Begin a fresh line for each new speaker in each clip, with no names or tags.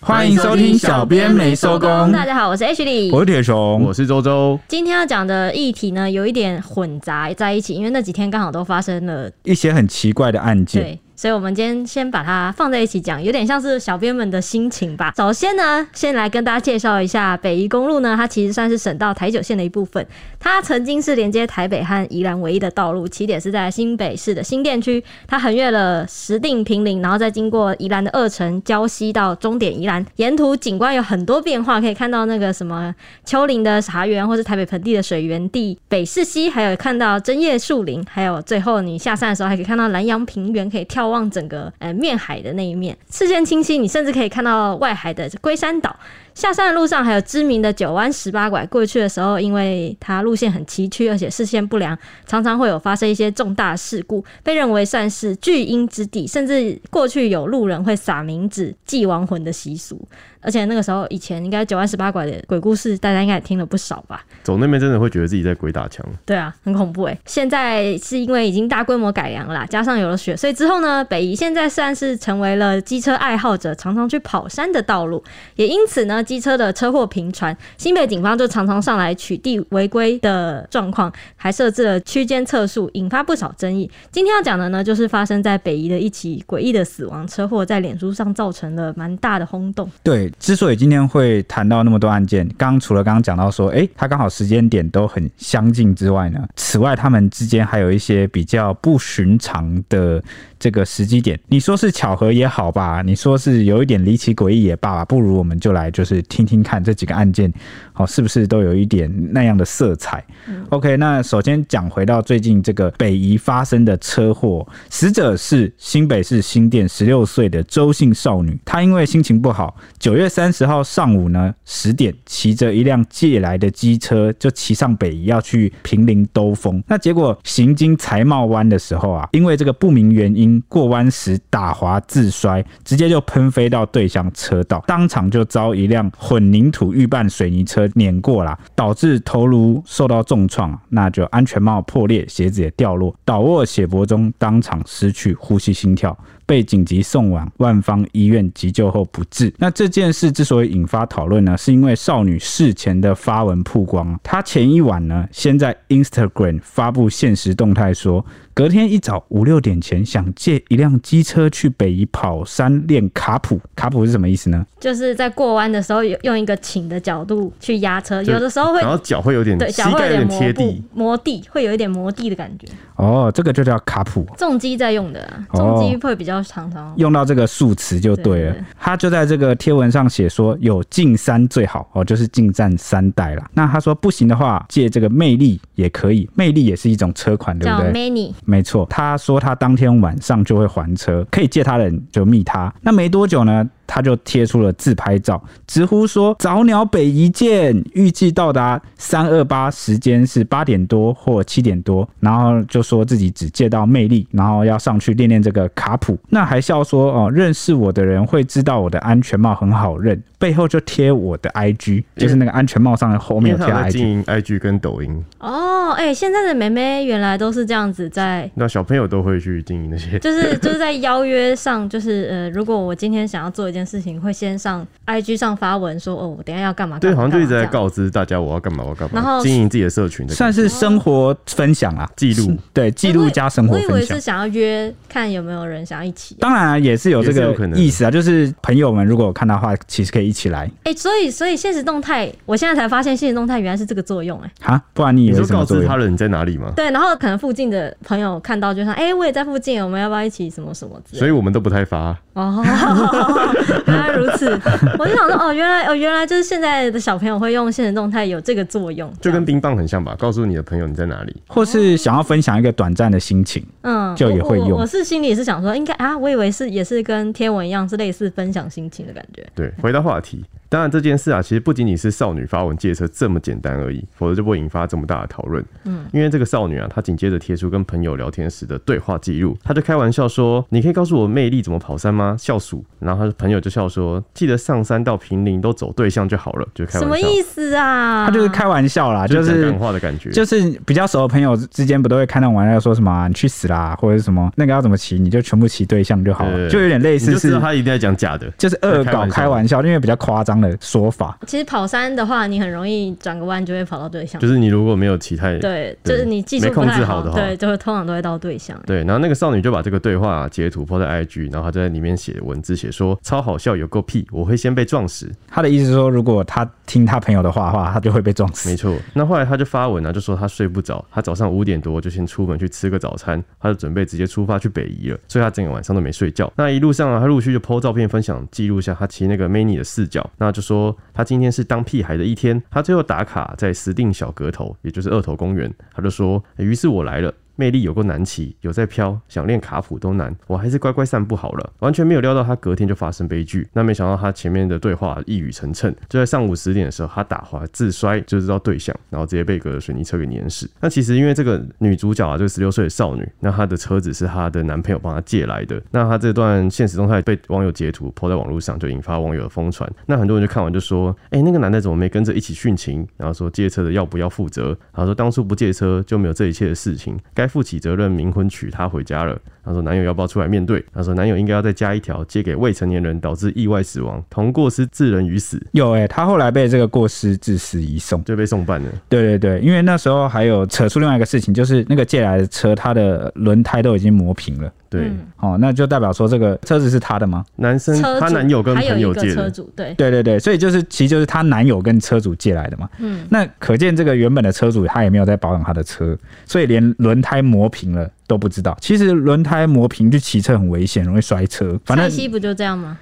欢迎收听小编没收工
大家好，我是 H 李。
我是铁熊，
我是周周，
今天要讲的议题呢，有一点混杂在一起，因为那几天刚好都发生了，
一些很奇怪的案件，
对，所以我们今天先把它放在一起讲，有点像是小编们的心情吧。首先呢，先来跟大家介绍一下北宜公路呢，它其实算是省道台九线的一部分，它曾经是连接台北和宜兰唯一的道路，起点是在新北市的新店区，它横越了石碇平林，然后再经过宜兰的二城、礁溪到终点宜兰，沿途景观有很多变化，可以看到那个什么丘陵的茶园，或是台北盆地的水源地、北市溪，还有看到针叶树林，还有最后你下山的时候还可以看到南洋平原，可以眺望整个呃面海的那一面，视线清晰，你甚至可以看到外海的龟山岛。下山的路上还有知名的九弯十八拐，过去的时候因为它路线很崎岖，而且视线不良，常常会有发生一些重大事故，被认为算是巨婴之地，甚至过去有路人会撒冥纸祭亡魂的习俗。而且那个时候以前应该九弯十八拐的鬼故事，大家应该也听了不少吧？
走那边真的会觉得自己在鬼打墙。
对啊，很恐怖哎、现在是因为已经大规模改良了啦， 加上有了雪，所以之后呢，北宜现在算是成为了机车爱好者常常去跑山的道路，也因此呢，机车的车祸频传，新北警方就常常上来取缔违规的状况，还设置了区间测速，引发不少争议。今天要讲的呢，就是发生在北宜的一起诡异的死亡车祸，在脸书上造成了蛮大的轰动。
对，之所以今天会谈到那么多案件，刚除了刚刚讲到说，诶，它刚好时间点都很相近之外呢，此外他们之间还有一些比较不寻常的这个时机点。你说是巧合也好吧，你说是有一点离奇诡异也罢吧，不如我们就来就是听听看这几个案件，好、是不是都有一点那样的色彩、o k 那首先讲回到最近这个北宜发生的车祸，死者是新北市新店十六岁的周姓少女，她因为心情不好，九月三十号上午呢十点，骑着一辆借来的机车就骑上北宜要去平林兜风。那结果行经财茂湾的时候啊，因为这个不明原因过弯时打滑自摔，直接就喷飞到对向车道，当场就遭一辆混凝土预拌水泥车碾过啦，导致头颅受到重创，那就安全帽破裂，鞋子也掉落，倒卧血泊中，当场失去呼吸心跳。被紧急送往万方医院急救后不治。那这件事之所以引发讨论呢，是因为少女事前的发文曝光，啊她前一晚呢先在 Instagram 发布现实动态说，隔天一早五六点前想借一辆机车去北宜跑山练卡普。卡普是什么意思呢？
就是在过弯的时候，有用一个倾的角度去压车，
就
有的时候会
然后脚会有点，
对
膝
脚会
盖
有点
点
磨
贴
布
地，
磨地，会有一点磨地的感觉。
哦，这个就叫卡普。
重击在用的、啊，
哦
重击会比较常常。
用到这个数词就对了
哦对对。
他就在这个贴文上写说，有近三最好哦，就是近战三代啦。那他说不行的话，借这个魅力也可以，魅力也是一种车款，对
叫
不对？
many，
没错，他说他当天晚上就会还车，可以借他的人就密他。那没多久呢，他就贴出了自拍照，直呼说早鸟北一见，预计到达三二八时间是八点多或七点多，然后就说自己只借到魅力，然后要上去练练这个卡普。那还笑说哦，认识我的人会知道我的安全帽很好认，背后就贴我的 IG，就是
嗯
那个安全帽上的后
因
面
为
有贴
他有在
IG。
经营 IG 跟抖音，
哦，哎、现在的妹妹原来都是这样子在。
那小朋友都会去经营那些。
就是就是在邀约上，就是呃，如果我今天想要做一件事情，会先上 IG 上发文说，哦，我等一下要干嘛？
对，
干嘛
好像就一直在
干嘛
告知大家我要干嘛，我要干
然后
嘛，经营自己的社群的
算是生活分享啊，
记录
是对
这
记
样
录加生活
我
分
以
享。
为是想要约看有没有人想要一起、啊。
当然、啊、也是有这
也是有
个
可能
意思啊，就是朋友们如果有看到的话，其实可以一起来
哎、所以所以现实动态，我现在才发现现实动态原来是这个作用、哎。
哈，不然你以
你
为
说
什么
告
作
知他
用？
人你在哪里吗？
对，然后可能附近的朋友看到就说：“哎、我也在附近，我们要不要一起什么什么之类
所
的
以我们都不太发，？”
哦， 原来如 此，我就想说，哦，原来哦，原来就是现在的小朋友会用现实动态有这个作用，
就跟
这样
冰棒很像吧？告诉你的朋友你在哪里，
或是想要分享一个短暂的心情，
嗯
就也会
我
用
我我是心里是想说，应该啊，我以为是也是跟贴文一样是类似分享心情的感觉。
对，回到话题，当然，这件事啊，其实不仅仅是少女发文借车这么简单而已，否则就不会引发这么大的讨论。嗯，因为这个少女啊，她紧接着贴出跟朋友聊天时的对话记录，她就开玩笑说：“你可以告诉我魅力怎么跑山吗？”笑鼠，然后她的朋友就笑说：“记得上山到平林都走对象就好了。”就开
什么
玩笑，
意思啊？
他就是开玩笑啦，就
就是
是
讲干话的感觉。
就是比较熟的朋友之间，不都会开那种玩笑，说什么、啊、你去死啦，或者是什么那个要怎么骑，你就全部骑对象就好了，
对
就有点类
你
似
就知
是
道她一定在讲假的，
就是恶搞开
开
玩
玩
笑，因为比较夸张的说法。
其实跑山的话，你很容易转个弯就会跑到对象。
就是你如果没有其他
对，就
对
是你技术
没
不
控
太
制好的话
对，就会通常都会到对象。
对，然后那个少女就把这个对话、啊截图抛在 IG，然后她就在里面写文字，写说超好笑，有够屁，我会先被撞死。
他的意思是说，如果他听他朋友的话的话，他就会被撞
没
死。
错，那后来她就发文啊，就说她睡不着，她早上五点多就先出门去吃个早餐，她就准备直接出发去北宜了，所以她整个晚上都没睡觉。那一路上啊，她陆续就 po 照片分享，记录下她骑那个 Mini 的视角，那就说她今天是当屁孩的一天。她最后打卡在石定小格头，也就是二头公园，她就说，欸于是我来了。魅力有够难骑，有在飘，想练卡普都难，我还是乖乖散步好了。完全没有料到他隔天就发生悲剧。那没想到他前面的对话一语成谶，就在上午十点的时候，他打滑自摔，就知道对象，然后直接被个水泥车给碾死。那其实因为这个女主角啊，这个十六岁的少女，那她的车子是她的男朋友帮她借来的。那她这段现实动态被网友截图抛在网络上，就引发网友的疯传。那很多人就看完就说：“哎、那个男的怎么没跟着一起殉情？”然后说借车的要不要负责？然后说当初不借车就没有这一切的事情，该负起责任，冥婚娶她回家了。他说男友要不要出来面对？他说男友应该要再加一条，借给未成年人导致意外死亡，同过失致人于死，
有诶、他后来被这个过失致死移送。
就被送办了。
对对对，因为那时候还有扯出另外一个事情，就是那个借来的车，它的轮胎都已经磨平了。
对，
嗯
哦，那就代表说这个车子是他的吗？
男生
车
她
主
男友跟
还有
朋
一
友
个
借
车
的，
主，对，
对对对，所以就是其实就是她男友跟车主借来的嘛。
嗯，
那可见这个原本的车主他也没有在保养他的车，所以连轮胎磨平了都不知道。其实轮胎磨平去骑车很危险，容易摔车。反
蔡
正
西不就这样吗？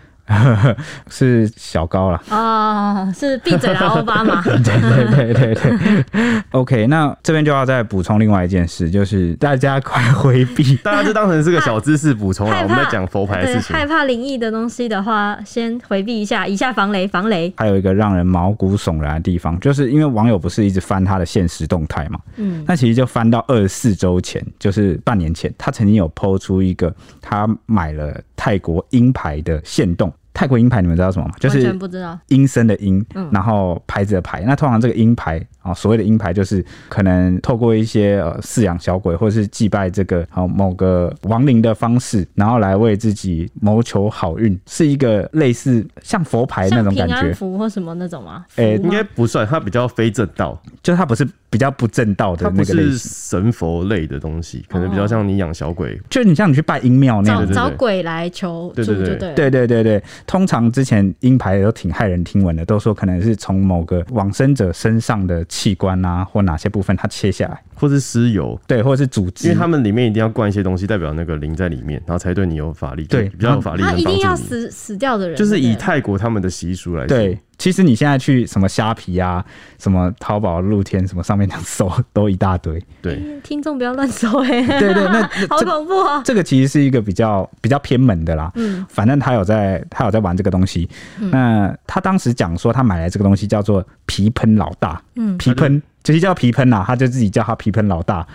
是小高啦。
哦，是闭嘴啦，奥巴马。
对对对对对。OK，那这边就要再补充另外一件事，就是大家快回避
大家就当 成是个小知识补充啦。
害
我
怕
们在讲佛牌的
对，
事情，
害怕灵异的东西的话，先回避一下，以下防雷，防雷。
还有一个让人毛骨悚然的地方，就是因为网友不是一直翻他的现实动态嘛，
嗯，
那其实就翻到二十四周前，就是半年前，他曾经有抛出一个他买了泰国鹰牌的线动。泰国鹰牌你们知道什么吗？就
完
是
全不知道。
阴森的阴
嗯，
然后牌子的牌。那通常这个阴牌啊、所谓的阴牌就是可能透过一些呃饲养小鬼或者是祭拜这个啊、某个亡灵的方式，然后来为自己谋求好运，是一个类似像佛
哎
牌那
像
种
平
感
安
觉，
符或什么那种吗？
哎
符吗
应该不算，它比较非正道，
就是它不是比较不正道
它
的
不
那个类
是
型。
神佛类的东西，可能比较像你养小鬼。
就你像你去拜阴庙那样
找
对
的
对，
找鬼来求助
对对
就
对
对了。
对对对对，通常之前鹰牌都挺骇人听闻的，都说可能是从某个往生者身上的器官啊，或哪些部分它切下来，
或是尸油，
对，或者是组织，
因为他们里面一定要灌一些东西，代表那个灵在里面，然后才对你有法力，
对
比较有法力
他
能
啊一
帮
定要
助你。
死死掉的人，
就是以
对不对
泰国他们的习俗来说，
对，其实你现在去什么虾皮啊、什么淘宝、露天什么上面那样搜都一大堆。
对，
听众不要乱说哎，
对对，那那
好
这
恐怖哦。
这个其实是一个比较比较偏门的啦。
嗯，
反正他有在他有在玩这个东西。那他当时讲说他买来这个东西叫做皮喷老大，
嗯
皮喷。其实叫皮喷啊啦，他就自己叫他皮喷老大。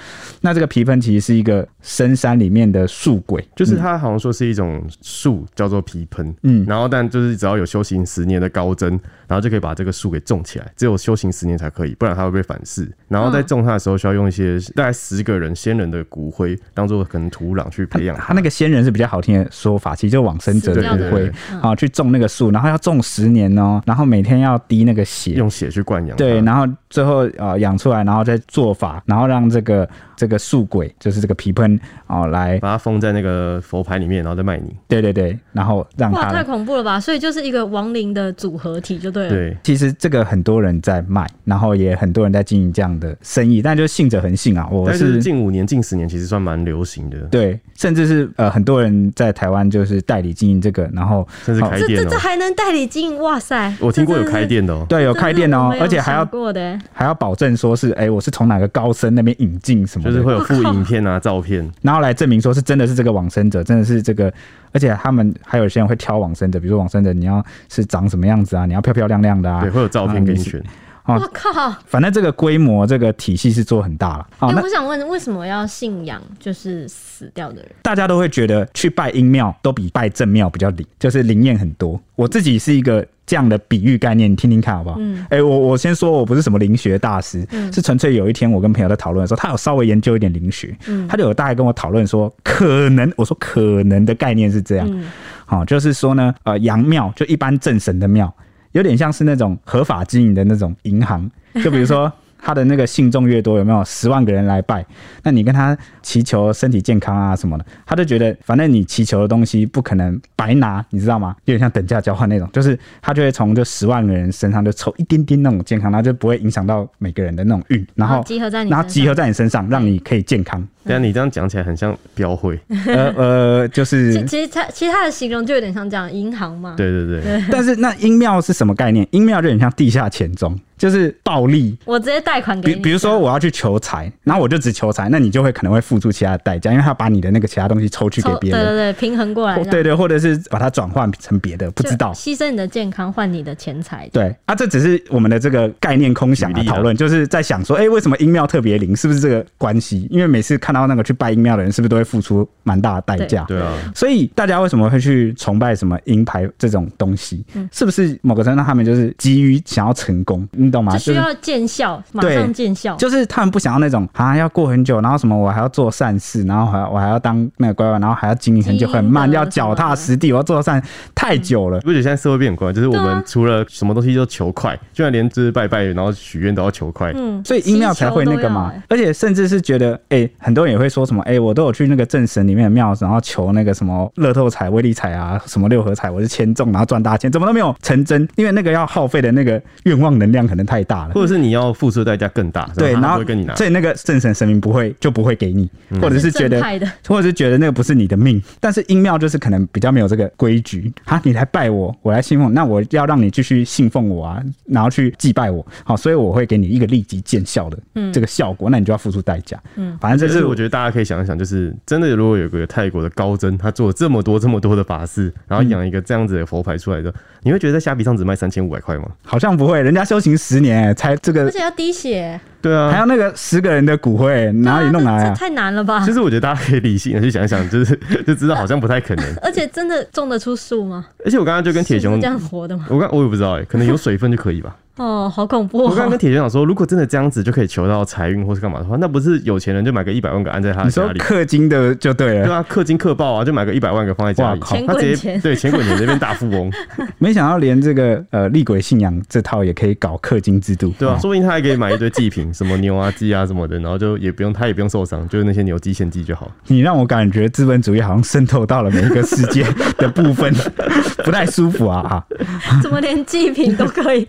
那这个皮喷其实是一个深山里面的树鬼，
就是它好像说是一种树叫做皮喷，
嗯
然后但就是只要有修行十年的高僧，然后就可以把这个树给种起来，只有修行十年才可以，不然它会被反噬。然后在种它的时候，需要用一些大概十个人先人的骨灰当做可能土壤去培养
他那个仙人是比较好听的说法，其实就往生者的
死掉
骨
的嗯
灰
人
啊，去种那个树，然后要种十年哦，然后每天要滴那个血，
用嗯血去灌养它。
对，然后最后呃养出来，然后再做法，然后让这个这个树鬼，就是这个皮喷哦来，
把它封在那个佛牌里面，然后再卖你。
对对对，然后让
哇，太
他。
恐怖了吧！所以就是一个亡灵的组合体就对了。
对，
其实这个很多人在卖，然后也很多人在经营这样的生意，但就是信者恒信啊，我
但是
是。
近五年、近十年其实算蛮流行的，
对，甚至是呃，很多人在台湾就是代理经营这个，然后
甚至开
这
店
这
哦、
这还能代理经营？哇塞！
我听过有
这真的
开
是
店的哦、
对有开店哦
这真的是我没，有
而且还要
想过的欸，
还要保证说是，哎、我是从哪个高僧那边引进什么
就
的，
是会有附影片啊、照片，
然后来证明说是真的是这个往生者，真的是这个，而且他们还有些人会挑往生者，比如说往生者你要是长什么样子啊，你要漂漂亮亮的啊
对，，会有照片给你选。
我
哦
靠！哎、
反正这个规模这个体系是做很大了。哦好、那
我想问，为什么要信仰就是死掉的人？
大家都会觉得去拜阴庙都比拜正庙比较灵，就是灵验很多。我自己是一个这样的比喻概念，你听听看好不好？嗯，哎、我我先说，我不是什么灵学大师，是纯粹有一天我跟朋友在讨论的时候，他有稍微研究一点灵学，他就有大概跟我讨论说，可能我说可能的概念是这样，好、就是说呢，呃，阳庙就一般正神的庙，有点像是那种合法经营的那种银 行，就比如说他的那个信众越多，有没有十万个人来拜？那你跟他祈求身体健康啊什么的，他就觉得反正你祈求的东西不可能白拿，你知道吗？有点像等价交换那种，就是他就会从这十万个人身上就抽一丁丁那种健康，他就不会影响到每个人的那种运，然
然
后
后啊集合在你
然后
身
集
上
合在你身上，让你可以健康。
但你这样讲起来很像标会，
呃呃，就
其
是
其实他其实他的形容就有点像这样，银行嘛，
对对对，
但是那阴庙是什么概念？阴庙就很像地下钱庄，就是暴利。
我直接贷款给
比
你。
比如说我要去求财，然后我就只求财，那你就会可能会付出其他的代价，因为他把你的那个其他东西抽去给
抽
别
对对
人，
对，平衡过来
或
这样，
对对，或者是把它转换成别的，不知道
就。牺牲你的健康换你的钱财。
对啊，这只是我们的这个概念空想
举
啊，
例啊
讨论就是在想说，哎、为什么音庙特别灵？是不是这个关系？因为每次看到那个去拜音庙的人，是不是都会付出蛮大的代价？
对啊，
所以大家为什么会去崇拜什么鹰牌这种东西？
嗯
是不是某个程度上他们就是急于想要成功？你懂吗？
就
就
需
是
要见效，马
对
上见效。
就是他们不想要那种啊，要过很久，然后什么我还要做善事，然后还我还要当那个乖乖，然后还要经营很久，
基因的
很慢，要
什么
脚踏实地，我要做善，太久了
你。不觉得现在社会变很怪？就是我
对啊
们除了什么东西都求快，居然连就是拜拜然后许愿都要求快。
嗯，
所以音庙才会那个嘛
祈求都要欸，
而且甚至是觉得，哎、很多人也会说什么，哎、我都有去那个正神里面的庙，然后求那个什么乐透彩、威力彩啊，什么六合彩，我是签中，然后赚大钱，怎么都没有成真，因为那个要耗费的那个愿望能量可能太大了。
或者是你要付出的代价更大，
对，
嗯
然
他不
后
会跟你拿。嗯
所以那个正神神明不会就不会给你，或者是觉
正
得
派的
或者是觉得那个不是你的命，但是阴庙就是可能比较没有这个规矩哈，你来拜我，我来信奉，那我要让你继续信奉我啊，然后去祭拜我，好，所以我会给你一个立即见效的这个效果，那你就要付出代价，嗯，反正
就
这
是
是
我觉得大家可以想一想，就是真的，如果有个泰国的高僧，他做了这么多这么多的法事，然后
嗯
养一个这样子的佛牌出来的，你会觉得在虾皮上只卖三千五百块吗？
好像不会，人家修行十年、才这
而
个
且要滴血，
对
还要
啊。
那个十个人的骨灰哪里弄来
对啊这
啊
这？太难了吧
其？实我觉得大家可以理性的去想一想，就是就知道好像不太可能。
而且真的种得出树吗？
而且我刚刚就跟铁
是
熊
这，样活的吗？
我刚我也不知道哎、可能有水分就可以吧。
哦，好恐怖、
我刚刚
哦
跟！铁熊讲说，如果真的这样子就可以求到财运或是干嘛的话，那不是有钱人就买个一百万个安在他的
你
家
说
里？
氪金的就对
对
了，
啊，氪金氪爆啊，就买个一百万个放在家里
哇靠，
他直
钱滚钱
接对钱滚钱这边大 富翁，
没想到连这个呃厉鬼信仰这套也可以搞氪金制度，
对啊，
哦
说不定他还可以买一堆祭品，什么牛啊、鸡啊什么的，然后就也不用他也不用受伤，就是那些牛鸡献祭就好。
你让我感觉资本主义好像渗透到了每一个世界的部分， 不太舒服啊啊。
怎么连祭品都 可以？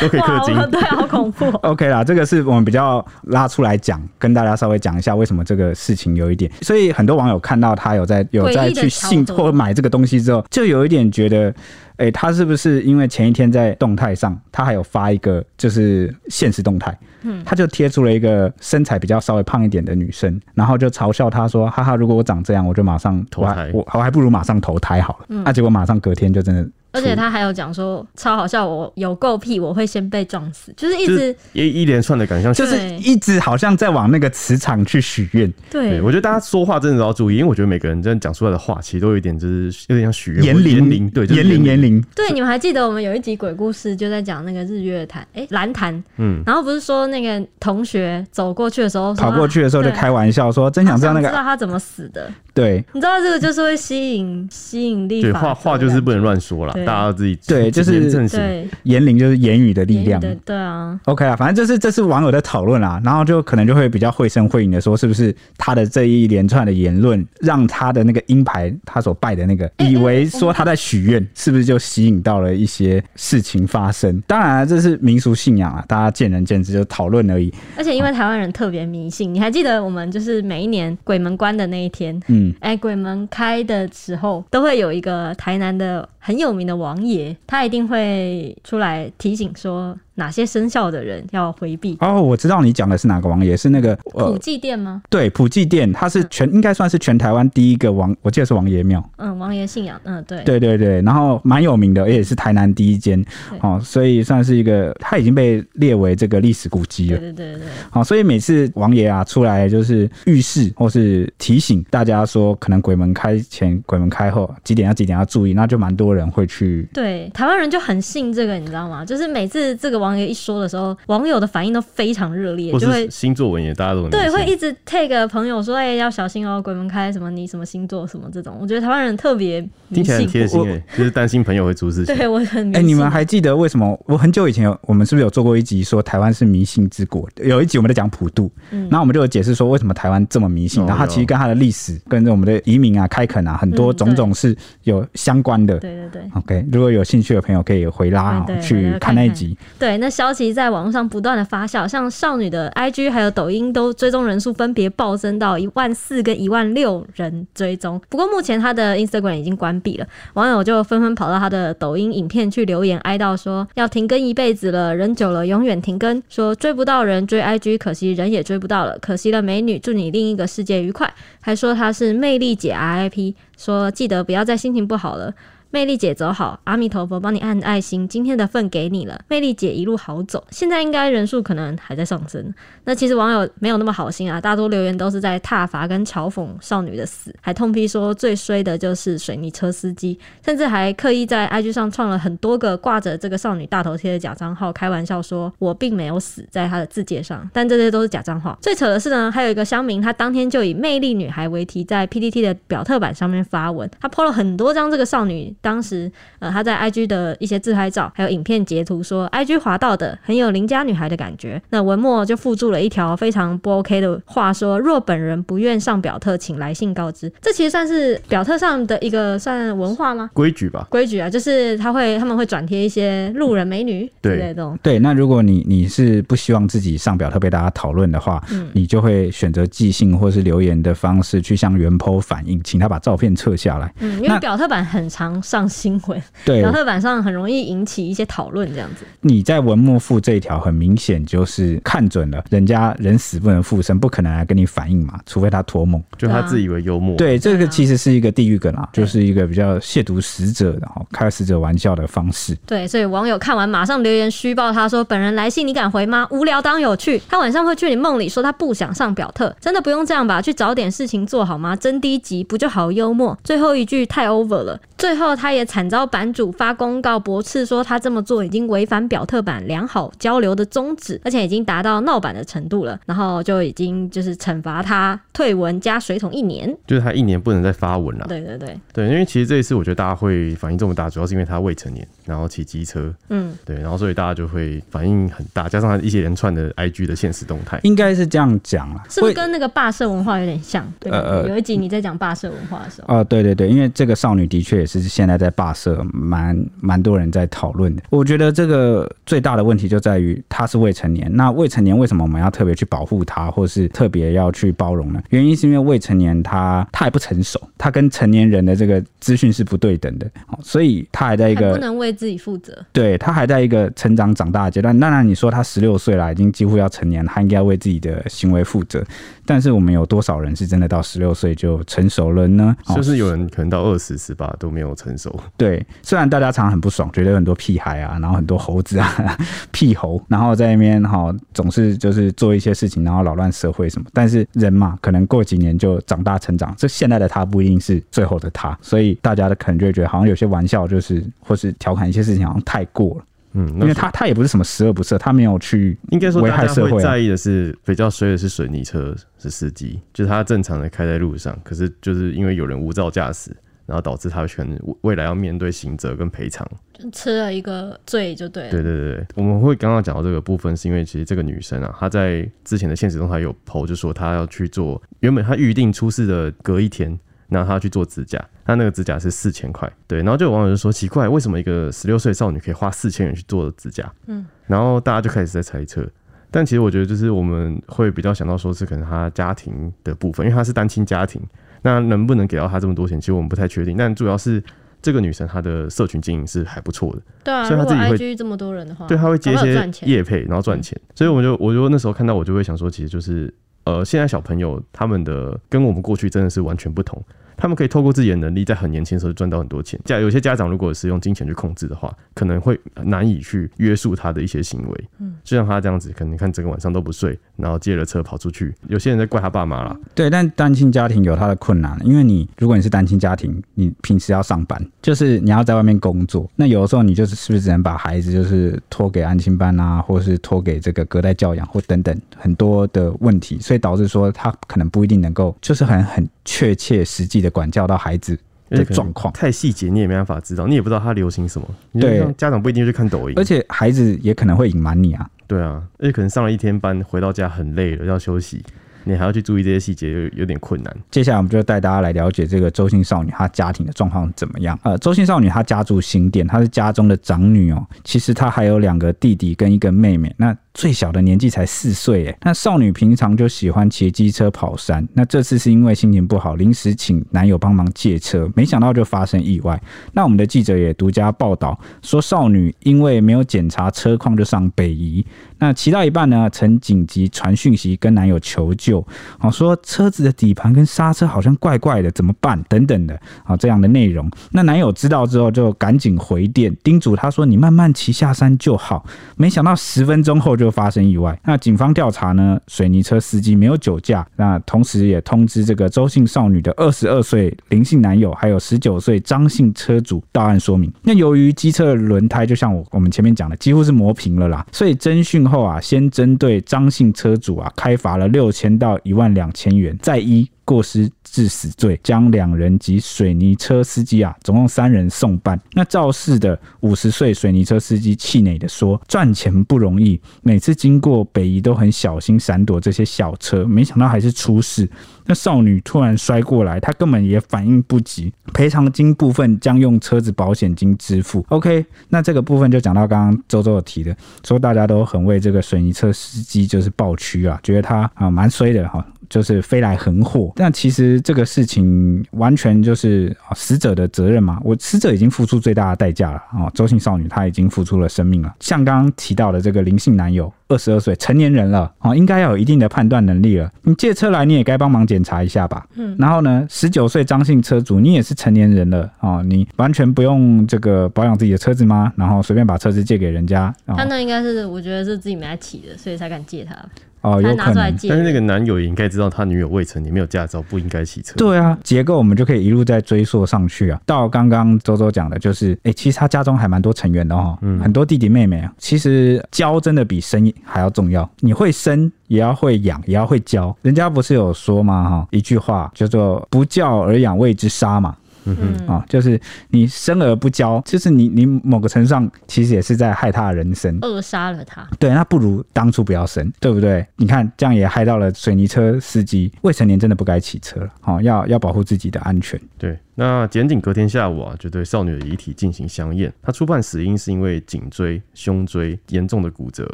都可以
哇，
氪金
我对，好恐怖、哦！
OK 啦，这个是我们比较拉出来讲，跟大家稍微讲一下为什么这个事情有一点，所以很多网友看到他有在有在去信
诡异的巧合
或买这个东西之后，就有一点觉得，哎、他是不是因为前一天在动态上，他还有发一个就是现实动态，嗯，他就贴出了一个身材比较稍微胖一点的女生，然后就嘲笑她说，哈哈，如果我长这样，我就马上
投胎
我还我我还不如马上投胎好了，那、结果马上隔天就真的出。
嗯而且他还有讲说，超好笑，我有够屁，我会先被撞死，就是一
就
直
是一一连串的感觉像。
就是
对
一直好像在往那个磁场去许愿，
对，
对
我觉得大家说话真的要注意，因为我觉得每个人真的讲出来的话，其实都有一点就是有点像许愿
言
或者
灵
言灵，对，就是
言灵言灵，
对，你们还记得我们有一集鬼故事，就在讲那个日月潭，哎、蓝潭，
嗯，
然后不是说那个同学走过去的时候说，
跑过去的时候就
哦对
开玩笑说，真
啊
想知道那
知道
个
他怎么死的，
对
你知道这个就是会吸引吸引力
对，
法
话
则
话
的
就是不能乱说啦，
对
大家要自己
对就是
谨言慎行。
对
言灵就是言语的力量。
对对啊，
OK 啊，反正就是这是网友在讨论啦，然后就可能就会比较绘声绘影的说，是不是他的这一连串的言论，让他的那个鹰牌他所拜的那个，
哎
以为
我
说
们
他在许愿，是不是就吸引到了一些事情发生？当然啊，这是民俗信仰啊，大家见仁见智，就讨论而已。
而且因为台湾人特别迷信，你还记得我们就是每一年鬼门关的那一天，
嗯，
哎、鬼门开的时候都会有一个台南的很有名的王爷，他一定会出来提醒说。哪些生肖的人要回避。
哦，我知道你讲的是哪个王爷，是那个
普
呃，
济殿吗？
对，普济殿，它是全应该算是全台湾第一个王，我记得是王爷庙。
嗯，王爷信仰，嗯，对，
对对对，然后蛮有名的，也是台南第一间
对
哦，所以算是一个，它已经被列为这个历史古迹
对
了。
对对对，
好、所以每次王爷啊出来就是预示或是提醒大家说，可能鬼门开前、鬼门开后几点要几点要注意，那就蛮多人会去。
对，台湾人就很信这个，你知道吗？就是每次这个网友一说的时候，网友的反应都非常热烈，
或
就会
是星座文也大家都能
对
理解
会一直 take 朋友说，哎、要小心哦，鬼门开什么，你什么星座什么这种。我觉得台湾人特别迷
听起来很
信，
贴心哎、就是担心朋友会出事情。
对我很迷
哎、
信。
你们还记得为什么我很久以前有我们是不是有做过一集说台湾是迷信之国？有一集我们在讲普渡，
嗯
然后我们就有解释说为什么台湾这么迷信，
哦
然后它
有
其实跟它的历史、跟着我们的移民啊、开垦啊，很多
嗯
种种是有相关的。
对对对
OK，如果有兴趣的朋友可以回拉、哦
对对回
去
来
看那一
看看
集。
对，那消息在网络上不断的发酵，像少女的 IG 还有抖音都追踪人数分别暴增到一万四跟一万六人追踪。不过目前她的 Instagram 已经关闭了，网友就纷纷跑到她的抖音影片去留言哀悼说要停更一辈子了，人久了永远停更，说追不到人追 IG，可惜人也追不到了，可惜了美女，祝你另一个世界愉快。还说她是魅力姐 RIP，说记得不要再心情不好了。魅力姐走好，阿弥陀佛帮你按爱心，今天的份给你了。魅力姐一路好走，现在应该人数可能还在上升。那其实网友没有那么好心啊，大多留言都是在挞伐跟嘲讽少女的死，还痛批说最衰的就是水泥车司机，甚至还刻意在 IG 上创了很多个挂着这个少女大头贴的假账号，开玩笑说我并没有死在她的字界上，但这些都是假账号。最扯的是呢，还有一个乡民，他当天就以魅力女孩为题，在 PTT 的表特版上面发文，他 PO 了很多张这个少女当时呃她在 IG 的一些自拍照，还有影片截图说 IG 滑到的很有邻家女孩的感觉。那文末就附注了一条非常不 OK 的话说，若本人不愿上表特，请来信告知。这其实算是表特上的一个算文化吗？
规矩吧，
规矩啊，就是他会他们会转贴一些路人美女之
对
类的哦这种，
对，那如果你你是不希望自己上表特被大家讨论的话，
嗯
你就会选择寄信或是留言的方式去向袁剖反映，请他把照片撤下来。
嗯，因为
那
表特版很常上新闻，
对
表，特版上很容易引起一些讨论这样子，
你在文末附这一条，很明显就是看准了，人家人死不能复生，不可能来跟你反映嘛，除非他托梦。
就他自以为幽默。
对，这
对
个
啊
其实是一个地狱梗啊，
对
就是一个比较亵渎死者，然后开死者玩笑的方式。
对，所以网友看完马上留言虚报他说：“本人来信你敢回吗？无聊当有趣。”他晚上会去你梦里说他不想上表特，真的不用这样吧？去找点事情做好吗？真低级，不就好幽默？最后一句太 over 了。最后他也惨遭版主发公告驳斥说他这么做已经违反表特版良好交流的宗旨，而且已经达到闹版的程度了，然后就已经就是惩罚他退文加水桶一年。
就是他一年不能再发文了。
对对对，
对，因为其实这一次我觉得大家会反应这么大，主要是因为他未成年，然后骑机车，
嗯，
对，然后所以大家就会反应很大，加上他一些连串的 IG 的现实动态。
应该是这样讲啊啦，
是不
为
是跟那个霸社文化有点像？对吧，
呃呃
有一集你在讲霸社文化的时候。
啊、对对对，因为这个少女的确也是现在在霸社，蛮蛮多人在讨论的。我觉得这个最大的问题就在于她是未成年。那未成年为什么我们要特别去保护她，或是特别要去包容呢？原因是因为未成年她她还不成熟，她跟成年人的这个资讯是不对等的，哦所以她还在一
还不
个
能为自己负责。
对她还在一个成长长大的阶段。当然，你说她十六岁啦，已经几乎要成年，她应该为自己的行为负责。但是我们有多少人是真的到十六岁就成熟了呢？哦
就是有人可能到二十、十八都没有成熟，
对，虽然大家常常很不爽，觉得有很多屁孩啊，然后很多猴子啊， 屁猴，然后在那边哈、总是就是做一些事情，然后扰乱社会什么。但是人嘛，可能过几年就长大成长，这现在的他不一定是最后的他，所以大家的可能就会觉得好像有些玩笑就是或是调侃一些事情好像太过了，
嗯，
因
那
为他他也不是什么十恶不赦，他没有去
应该说
危
大
害
家
社
会
会、啊
在。意的是比较衰的是水泥车是司机，就是他正常的开在路上，可是就是因为有人无照驾驶，然后导致他可能未来要面对刑责跟赔偿。
吃了一个罪就对了。
对对对对，我们会刚刚讲到这个部分，是因为其实这个女生啊，她在之前的现实动态有 PO，就说她要去做，原本她预定出事的隔一天，然后她要去做指甲，她那个指甲是四千块，对，然后就有网友就说奇怪，为什么一个十六岁少女可以花四千元去做指甲？嗯，然后大家就开始在猜测。但其实我觉得，就是我们会比较想到说是可能她家庭的部分，因为她是单亲家庭，那能不能给到她这么多钱，其实我们不太确定。但主要是这个女生她的社群经营是还不错的，
对啊，
所
如
以
果
他自己会
IG 这么多人的话，
对，她会接一
搞不好
些
赚钱嗯
业配，然后赚钱。所以我就我就那时候看到我就会想说，其实就是呃，现在小朋友他们的跟我们过去真的是完全不同。他们可以透过自己的能力，在很年轻的时候就赚到很多钱。家有些家长如果是用金钱去控制的话，可能会难以去约束他的一些行为。嗯，就像他这样子，可能你看整个晚上都不睡，然后借了车跑出去。有些人在怪他爸妈啦，
对，但单亲家庭有它的困难，因为你如果你是单亲家庭，你平时要上班，就是你要在外面工作，那有的时候你就是是不是只能把孩子就是托给安亲班啊，或是托给这个隔代教养或等等很多的问题，所以导致说他可能不一定能够就是很很确切实际的管教到孩子
而且
的
可能
状况。
太细节你也没办法知道，你也不知道他流行什么。你就
对
像家长不一定去看抖音，
而且孩子也可能会隐瞒你啊，
对啊，而且可能上了一天班回到家很累了，要休息，你还要去注意这些细节，有有点困难。
接下来我们就带大家来了解这个周姓少女她家庭的状况怎么样。呃，周姓少女她家住新店，她是家中的长女哦。其实她还有两个弟弟跟一个妹妹，那最小的年纪才四岁耶。那少女平常就喜欢骑机车跑山，那这次是因为心情不好，临时请男友帮忙借车，没想到就发生意外。那我们的记者也独家报道说，少女因为没有检查车况就上北移，那骑到一半呢，曾紧急传讯息跟男友求救，好啊说车子的底盘跟刹车好像怪怪的，怎么办？等等的，好这样的内容。那男友知道之后就赶紧回电叮嘱她说：“你慢慢骑下山就好。”没想到十分钟后就发生意外。那警方调查呢，水泥车司机没有酒驾，那同时也通知这个周姓少女的二十二岁林姓男友，还有十九岁张姓车主到案说明。那由于机车的轮胎就像我我们前面讲的，几乎是磨平了啦，所以侦讯后啊，先针对张姓车主啊开罚了六千到一万两千元，再依过失致死罪，将两人及水泥车司机啊，总共三人送办。那肇事的五十岁水泥车司机气馁的说：“赚钱不容易，每次经过北宜都很小心闪躲这些小车，没想到还是出事。”那少女突然摔过来，她根本也反应不及。赔偿金部分将用车子保险金支付。OK，那这个部分就讲到刚刚周周有提的，说大家都很为这个水泥车司机就是抱屈啊，觉得他啊蛮衰的哈。就是飞来横祸，那其实这个事情完全就是啊死者的责任嘛。我死者已经付出最大的代价了啊、哦，周姓少女她已经付出了生命了。像刚刚提到的这个林姓男友，二十二岁，成年人了啊、哦，应该要有一定的判断能力了。你借车来，你也该帮忙检查一下吧。嗯，然后呢，十九岁张姓车主，你也是成年人了啊、哦，你完全不用这个保养自己的车子吗？然后随便把车子借给人家，哦
他那应该是我觉得是自己没在骑的，所以才敢借他，
哦，
他
有
拿
可
出来
能。
借
但
人。
是那个男友也应该知道他女友未成年，没有驾照，不应该骑车。
对啊，结构我们就可以一路再追溯上去啊。到刚刚周周讲的，就是诶，其实他家中还蛮多成员的哦，很多弟弟妹妹啊。其实教真的比生还要重要，你会生也要会养，也要会教。人家不是有说嘛哈，一句话叫做“不教而养谓之杀”嘛。
嗯
哦
啊、就是你生而不教，就是你你某个程度上其实也是在害他的人生。
扼杀了他，
对，那不如当初不要生，对不对？你看，这样也害到了水泥车司机。未成年真的不该骑车了，好、哦，要要保护自己的安全。
对，那检警隔天下午啊，就对少女的遗体进行相验。她初判死因是因为颈椎、胸椎严重的骨折。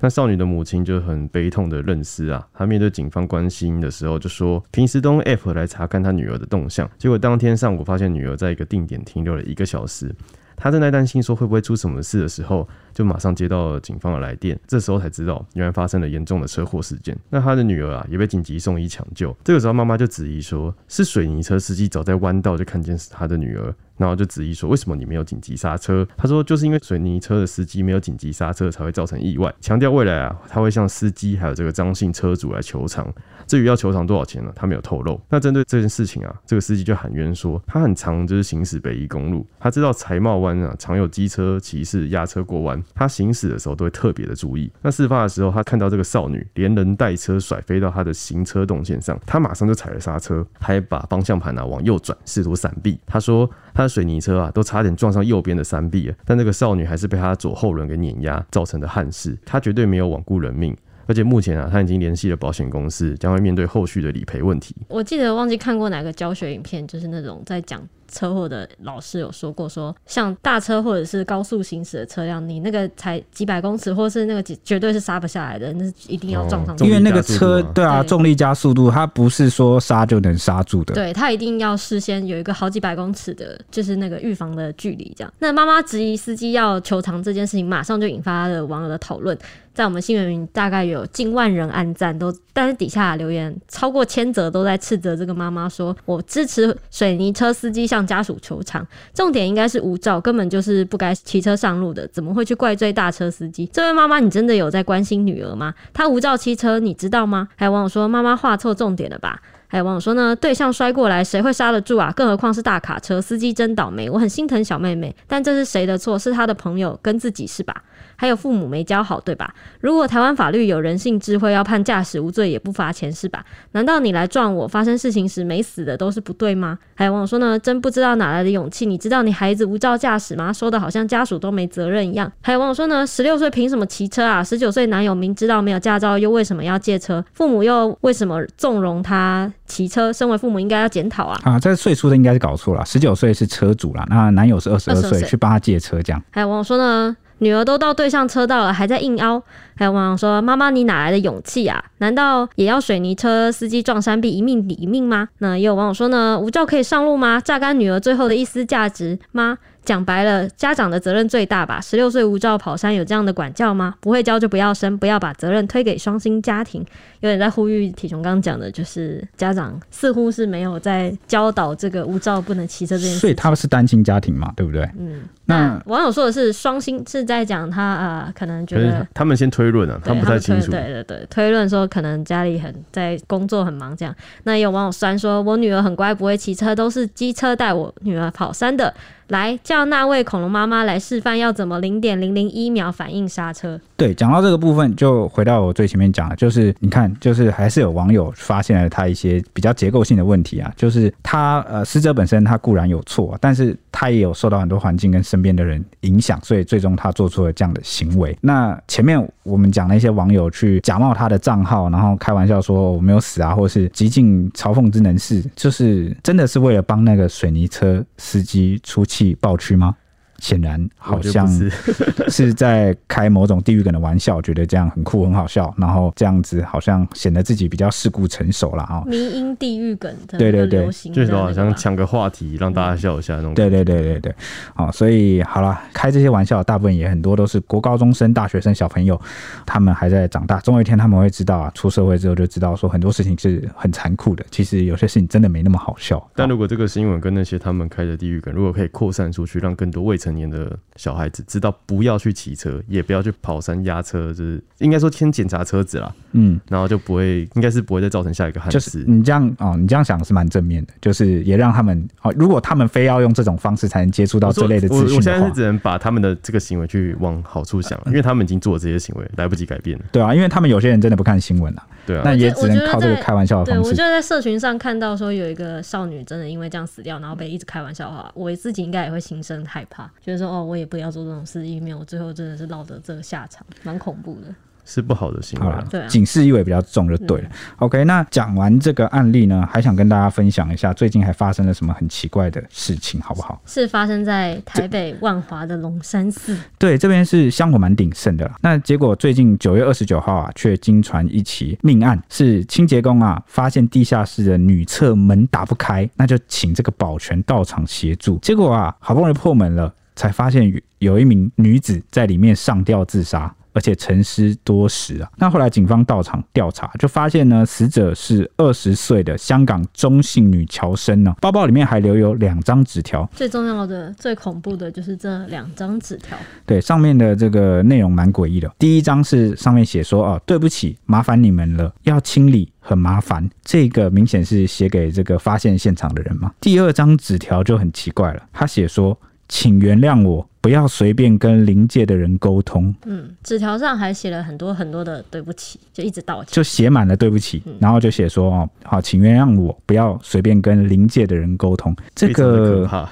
那少女的母亲就很悲痛的认尸啊，她面对警方关心的时候就说，平时都用 App 来查看她女儿的动向，结果当天上午发现女儿在一个定点停留了一个小时。她正在担心说会不会出什么事的时候，就马上接到警方的来电，这时候才知道原来发生了严重的车祸事件。那他的女儿啊也被紧急送医抢救。这个时候妈妈就质疑说，是水泥车司机早在弯道就看见是他的女儿，然后就质疑说为什么你没有紧急刹车？他说就是因为水泥车的司机没有紧急刹车才会造成意外。强调未来啊他会向司机还有这个张姓车主来求偿。至于要求偿多少钱呢？他没有透露。那针对这件事情啊，这个司机就喊冤说，他很常就是行驶北宜公路，他知道财茂湾啊常有机车骑士压车过弯，他行驶的时候都会特别的注意。那事发的时候，他看到这个少女连人带车甩飞到他的行车动线上，他马上就踩了刹车，还把方向盘啊往右转，试图闪避。他说他的水泥车啊都差点撞上右边的山壁了，但那个少女还是被他左后轮给碾压造成的憾事，他绝对没有罔顾人命。而且目前啊，他已经联系了保险公司，将会面对后续的理赔问题。
我记得忘记看过哪个教学影片，就是那种在讲
车祸的老师有说过说像大车或者是高速行驶的车辆，你那个才几百公尺，或是那个几绝对是刹不下来的，那是一定要撞上
哦
去。
因为那个车
重力加速度嘛
对啊，重力加速度，
对
它不是说刹就能刹住的。
对他一定要事先有一个好几百公尺的，就是那个预防的距离，这样。那妈妈质疑司机要求偿这件事情，马上就引发了网友的讨论。在我们新闻云大概有近万人按赞，都但是底下留言超过千则都在斥责这个妈妈说：“我支持水泥车司机向家属求偿，重点应该是无照，根本就是不该骑车上路的，怎么会去怪罪大车司机？这位妈妈，你真的有在关心女儿吗？她无照骑车，你知道吗？”还有网友说：“妈妈画错重点了吧？”还有网友说呢，对象摔过来谁会刹得住啊？更何况是大卡车，司机真倒霉，我很心疼小妹妹。但这是谁的错？是她的朋友跟自己是吧？还有父母没教好，对吧？如果台湾法律有人性智慧，要判驾驶无罪也不罚钱是吧？难道你来撞我，发生事情时没死的都是不对吗？还有网友说呢，真不知道哪来的勇气，你知道你孩子无照驾驶吗？说的好像家属都没责任一样。还有网友说呢，十六岁凭什么骑车啊？十九岁男友明知道没有驾照，又为什么要借车？父母又为什么纵容他骑车？身为父母应该要检讨啊！
啊，这岁数的应该是搞错了，十九岁是车主啦，那男友是二十二岁，
22岁
去帮他借车这样。
还有网友说呢，女儿都到对向车道了，还在硬凹。还有网友说，妈妈你哪来的勇气啊？难道也要水泥车司机撞山壁一命抵一命吗？那也有网友说呢，无照可以上路吗？榨干女儿最后的一丝价值吗？讲白了，家长的责任最大吧。十六岁无照跑山有这样的管教吗？不会教就不要生，不要把责任推给双薪家庭。有点在呼吁体雄刚刚讲的，就是家长似乎是没有在教导这个无照不能骑车这件事
所以他们是单亲家庭嘛，对不对？
嗯，
那
那网友说的是双薪，是在讲他啊、呃可能觉
可是
得
他们先推论啊，
对
他们不太清楚
推。对对对，推论说可能家里很在工作很忙这样。那也有网友酸说，我女儿很乖，不会骑车，都是机车带我女儿跑山的。来叫那位恐龙妈妈来示范要怎么零点零零一秒反应刹车。
对，讲到这个部分，就回到我最前面讲的，就是你看，就是还是有网友发现了他一些比较结构性的问题啊，就是他呃，死者本身他固然有错，啊但是他也有受到很多环境跟身边的人影响，所以最终他做出了这样的行为。那前面我们讲了一些网友去假冒他的账号，然后开玩笑说我没有死啊，或是极尽嘲讽之能事，就是真的是为了帮那个水泥车司机出气爆区吗？显然好
我觉得
像
不是，
是在开某种地域梗的玩笑，觉得这样很酷很好笑，然后这样子好像显得自己比较世故成熟了啊、哦。
迷因地狱梗的
对对对
流行的
就
那
是
个吧，
好像抢个话题让大家笑一下那种。
对对对对对，好、所以好了，开这些玩笑，大部分也很多都是国高中生、大学生小朋友，他们还在长大，总有一天他们会知道啊，出社会之后就知道说很多事情是很残酷的，其实有些事情真的没那么好笑。
但如果这个新闻跟那些他们开的地狱梗，如果可以扩散出去，让更多未成年的小孩子知道不要去骑车，也不要去跑山压车，就是应该说先检查车子啦，
嗯，
然后就不会，应该是不会再造成下一个憾
就
事。
是你这样哦，你这样想是蛮正面的，就是也让他们哦，如果他们非要用这种方式才能接触到
我说
这类的
我
资讯
我现
的
在
话
是，只能把他们的这个行为去往好处想，因为他们已经做了这些行为，来不及改变了。
对啊，因为他们有些人真的不看新闻啊，
对啊，
那也只能
我觉得
靠这个
在
开玩笑的
对，
方
我
式
就在社群上看到说有一个少女真的因为这样死掉，然后被一直开玩笑的话，我自己应该也会心生害怕，觉得说哦，我也不要做这种事，以免我最后真的是落得这个下场，蛮恐怖的。
是不好的行为
好
啊、
了
对，啊
警示意味比较重就对了。OK，那讲完这个案例呢，还想跟大家分享一下最近还发生了什么很奇怪的事情，好不好？
是发生在台北万华的龙山寺，
对，这边是香火蛮鼎盛的啦。那结果最近九月二十九号啊，却经传一起命案，是清洁工啊发现地下室的女厕门打不开，那就请这个保全到场协助。结果啊，好不容易破门了，才发现有有一名女子在里面上吊自杀。而且沉尸多时啊。那后来警方到场调查，就发现呢，死者是二十岁的香港中姓女乔生呢、包包里面还留有两张纸条，
最重要的、最恐怖的就是这两张纸条，
对，上面的这个内容蛮诡异的。第一张是上面写说哦，对不起，麻烦你们了，要清理很麻烦。这个明显是写给这个发现现场的人嘛。第二张纸条就很奇怪了，他写说，请原谅我，不要随便跟临界的人沟通，
嗯，纸条上还写了很多很多的对不起，就一直道歉。
就写满了对不
嗯
起，然后就写说哦，好，请原谅我，不要随便跟临界的人沟通。这
非常的可
个
怕。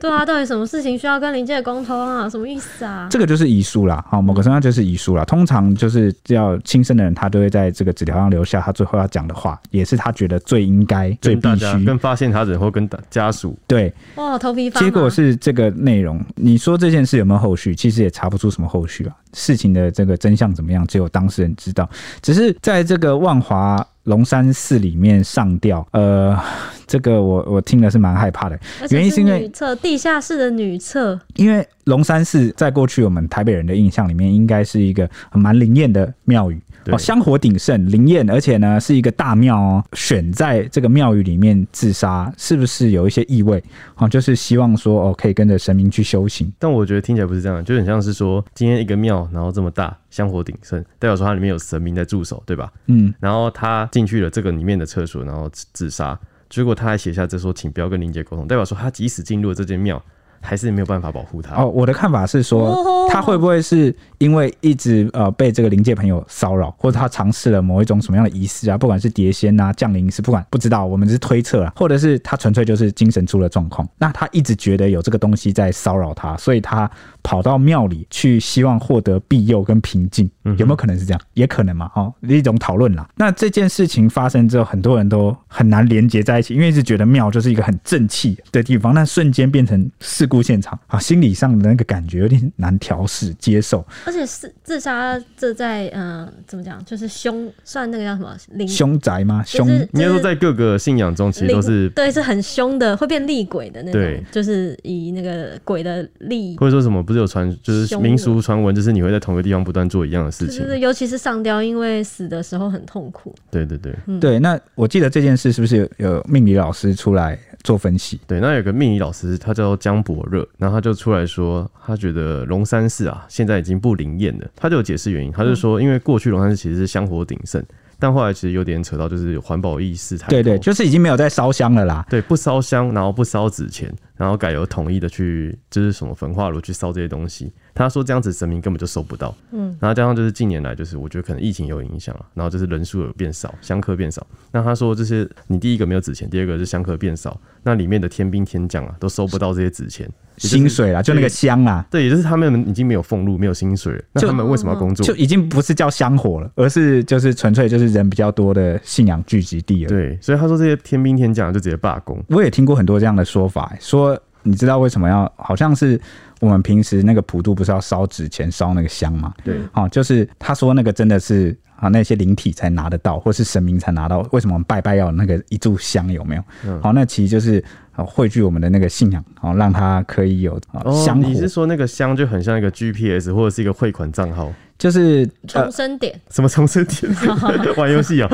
对啊，到底什么事情需要跟临界沟通啊？什么意思啊？
这个就是遗书啦，好、某个程度上就是遗书啦。通常就是要轻生的人，他都会在这个纸条上留下他最后要讲的话，也是他觉得最应该、最
跟大
必
家
须。
跟发现他人或跟大家属，
对，
哇，头皮发麻。
结果是这个内容。你说这件事有没有后续？其实也查不出什么后续啊。事情的这个真相怎么样，只有当事人知道。只是在这个万华龙山寺里面上吊，呃，这个我我听了是蛮害怕的，
而且
原因是因为
女厕地下室的女厕，
因为龙山寺在过去我们台北人的印象里面，应该是一个蛮灵验的庙宇。
对
哦，香火鼎盛，灵验，而且呢是一个大庙哦。选在这个庙宇里面自杀，是不是有一些意味？哦，就是希望说哦，可以跟着神明去修行。
但我觉得听起来不是这样，就很像是说今天一个庙，然后这么大，香火鼎盛，代表说它里面有神明在驻守，对吧？
嗯，
然后他进去了这个里面的厕所，然后自自杀，结果他还写下这说，请不要跟林杰沟通，代表说他即使进入了这间庙，还是没有办法保护他。
哦，我的看法是说，
哦
他会不会是因为一直呃被这个灵界朋友骚扰，或者他尝试了某一种什么样的仪式啊？不管是碟仙啊、降临仪式，不管不知道，我们只是推测啊，或者是他纯粹就是精神出了状况。那他一直觉得有这个东西在骚扰他，所以他跑到庙里去，希望获得庇佑跟平静。
嗯
有没有可能是这样？也可能嘛，哦，一种讨论啦。那这件事情发生之后，很多人都很难连接在一起，因为一直觉得庙就是一个很正气的地方，但瞬间变成事故现场啊，心理上的那个感觉有点难调试接受。
而且是自杀，这在嗯、呃怎么讲，就是凶算那个叫什么灵，
凶宅吗？
嗯就
凶
是
应该
就
说，
是
在各个信仰中，其实
灵
都是
对，是很凶的，会变厉鬼的那
对
种，就是以那个鬼的力，
或者说什么，不是有传，就是
凶
民俗传闻，就是你会在同一个地方不断做一样的事
就
情。
是尤其是上吊，因为死的时候很痛苦。
对对对
嗯
对。那我记得这件事是不是有有命理老师出来做分析？
对。那有个命理老师，他叫江伯热，然后他就出来说，他觉得龙山寺啊，现在已经不灵验了。他就有解释原因，他就说，因为过去龙山寺其实是香火鼎盛，但后来其实有点扯到就是环保意识抬头，
对对，就是已经没有在烧香了啦。
对，不烧香，然后不烧纸钱，然后改由统一的去，就是什么焚化炉去烧这些东西。他说这样子神明根本就收不到，嗯，然后加上就是近年来就是我觉得可能疫情有影响了，然后就是人数有变少，香客变少。那他说这些，你第一个没有纸钱，第二个是香客变少，那里面的天兵天将啊都收不到这些纸钱，也就是
薪水啦，就那个香啦，
对，也就是他们已经没有俸禄，没有薪水了，那
就
他们为什么要工作
就？已经不是叫香火了，而是就是纯粹就是人比较多的信仰聚集地了。
对，所以他说这些天兵天将就直接罢工，
我也听过很多这样的说法、说你知道为什么要？好像是我们平时那个普渡不是要烧纸钱、烧那个香吗？
对，
哦，就是他说那个真的是啊，那些灵体才拿得到，或是神明才拿到。为什么我们拜拜要有那个一炷香？有没有？好、
嗯
那其实就是啊汇聚我们的那个信仰，哦，让它可以有、啊
哦，
香火
你，是说那个香就很像一个 GPS 或者是一个汇款账号？
就是
重
呃，
生点、
什么重生点？ 玩游戏啊？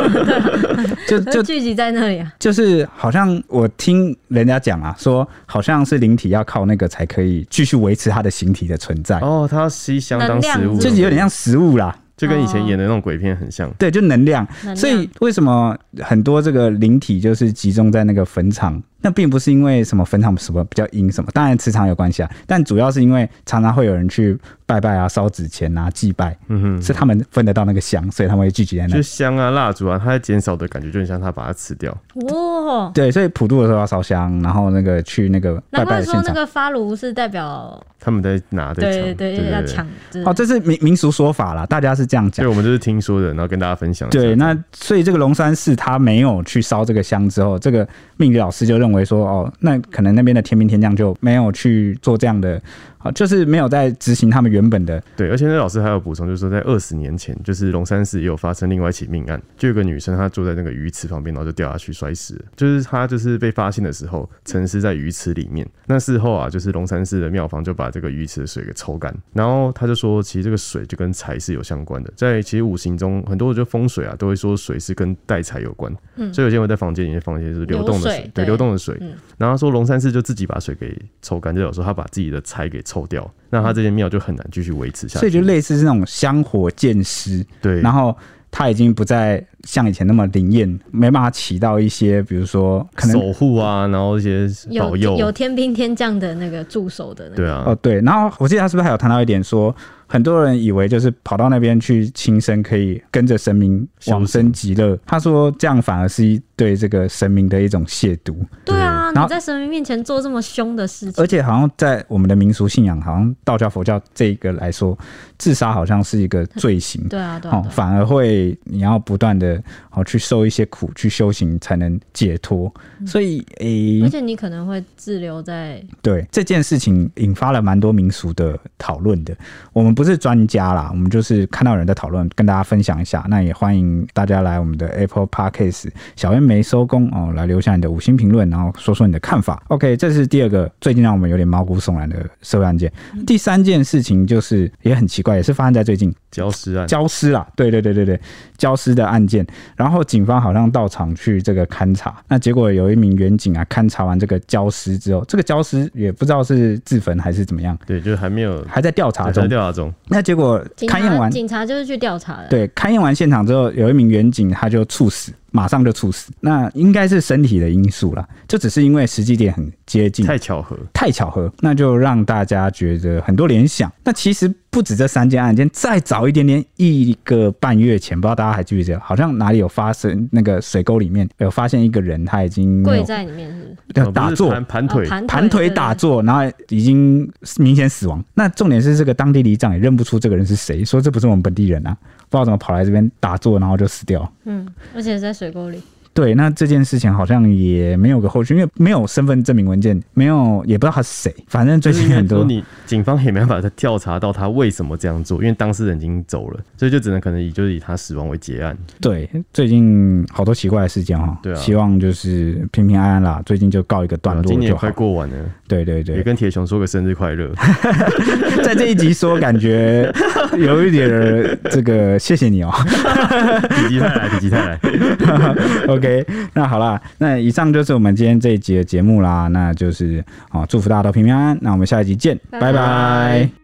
就就
聚集在那里啊，
就是好像我听人家讲啊，说好像是灵体要靠那个才可以继续维持它的形体的存在，
哦，它吸香当食物，
能量
就有点像哦食物啦。
就跟以前演的那种鬼片很像。
对，就能量。
能量
所以为什么很多这个灵体就是集中在那个坟场？那并不是因为什么坟场什么比较阴什么，当然磁场有关系啊，但主要是因为常常会有人去拜拜啊、烧纸钱啊、祭拜，
嗯哼，
是他们分得到那个香，所以他们会聚集在那
就。香啊、蜡烛啊，它在减少的感觉就很像它把它吃掉。
哇！
对，所以普渡的时候要烧香，然后那个去那个拜拜
难怪
的现
说那
场。
个发炉是代表，
他们在拿在抢，
对对对，要抢，就是
哦，这是民民俗说法啦，大家是这样讲
对，。我们就是听说的，然后跟大家分享一下。
对，那所以这个龙山寺他没有去烧这个香之后，这个命理老师就认为说，哦，那可能那边的天兵天将就没有去做这样的，啊、就是没有在执行他们原本的，
对，而且那老师还有补充，就是说在二十年前，就是龙山寺也有发生另外一起命案，就有个女生她坐在那个鱼池旁边，然后就掉下去摔死了。就是她就是被发现的时候，沉尸在鱼池里面。那事后啊，就是龙山寺的庙方就把这个鱼池的水给抽干，然后他就说，其实这个水就跟财是有相关的。在其实五行中，很多人就风水啊，都会说水是跟带财有关，所以有些人会在房间里面放一些就是流动
嗯流
的水，
水对
对，流动的水。
嗯
然后他说龙山寺就自己把水给抽干，就有时候他把自己的财给抽掉，那他这间庙就很难继续维持下去。
所以就类似是那种香火见尸，
对，
然后它已经不再像以前那么灵验，没办法起到一些比如说可能
守护啊，然后一些保
有
佑，
有天兵天将的那个助手的那个，
对啊，
哦，对，然后我记得他是不是还有谈到一点说，很多人以为就是跑到那边去轻生，可以跟着神明往生极乐。他说这样反而是对这个神明的一种亵渎，
对啊，
然后
你在神明面前做这么凶的事情
而，且好像在我们的民俗信仰，好像道教、佛教这一个来说，自杀好像是一个罪
嗯
行。
对啊，对啊
哦，，反而会你要不断的哦去受一些苦，去修行才能解脱。所以，诶、
对啊而且你可能会滞留在
对这件事情引发了蛮多民俗的讨论的。我们不是专家啦，我们就是看到有人在讨论，跟大家分享一下。那也欢迎大家来我们的 Apple Podcast 小编没收工哦，来留下你的五星评论，然后说说你的看法。OK，这是第二个最近让我们有点毛骨悚然的社会案件。第三件事情就是也很奇怪，也是发生在最近，
礁石案，
焦尸啦，对对对对对，焦尸的案件，然后警方好像到场去这个勘查，那结果有一名员警啊，勘查完这个焦尸之后，这个焦尸也不知道是自焚还是怎么样，
对，就是还没有
还在调查
还在
中。
调查中，
那结果
警
勘验
察，
完，
警察就是去调查的，
对，勘验完现场之后，有一名员警他就猝死，马上就猝死，那应该是身体的因素啦，这只是因为时机点很接近，
太巧合，
太巧合，那就让大家觉得很多联想。那其实不止这三件案件，再早一点点，一个半月前，不知道大家还记不记得，好像哪里有发生那个水沟里面有发现一个人，他已经没
跪
有
在里面是不
对
呃不
打
是
坐。
盘盘
是
腿
哦
啊，盘
盘腿
对
打
对
坐，然后已经明显死亡。那重点是这个当地里长也认不出这个人是谁，说这不是我们本地人啊，不知道怎么跑来这边打坐，然后就死掉了。
嗯，而且在水沟里，
对，那这件事情好像也没有个后续，因为没有身份证明文件，没有也不知道他是谁。反正最
就是
近
应该
很多
说你警方也没办法再调查到他为什么这样做，因为当事人已经走了，所以就只能可能以就是以他死亡为结案。
对，最近好多奇怪的事件哈、
对啊
希望就是平平安安啦。最近就告一个段
对啊
落
今年也
就好
快。过完了，
对对
也
对，
跟铁熊说个生日快乐。
在这一集说，感觉有一点儿这个，谢谢你哦。
体积太来，体积太来，
OK，那好啦，那以上就是我们今天这一集的节目啦。那就是啊、哦祝福大家都平平安安。那我们下一集见，
拜
拜
拜
拜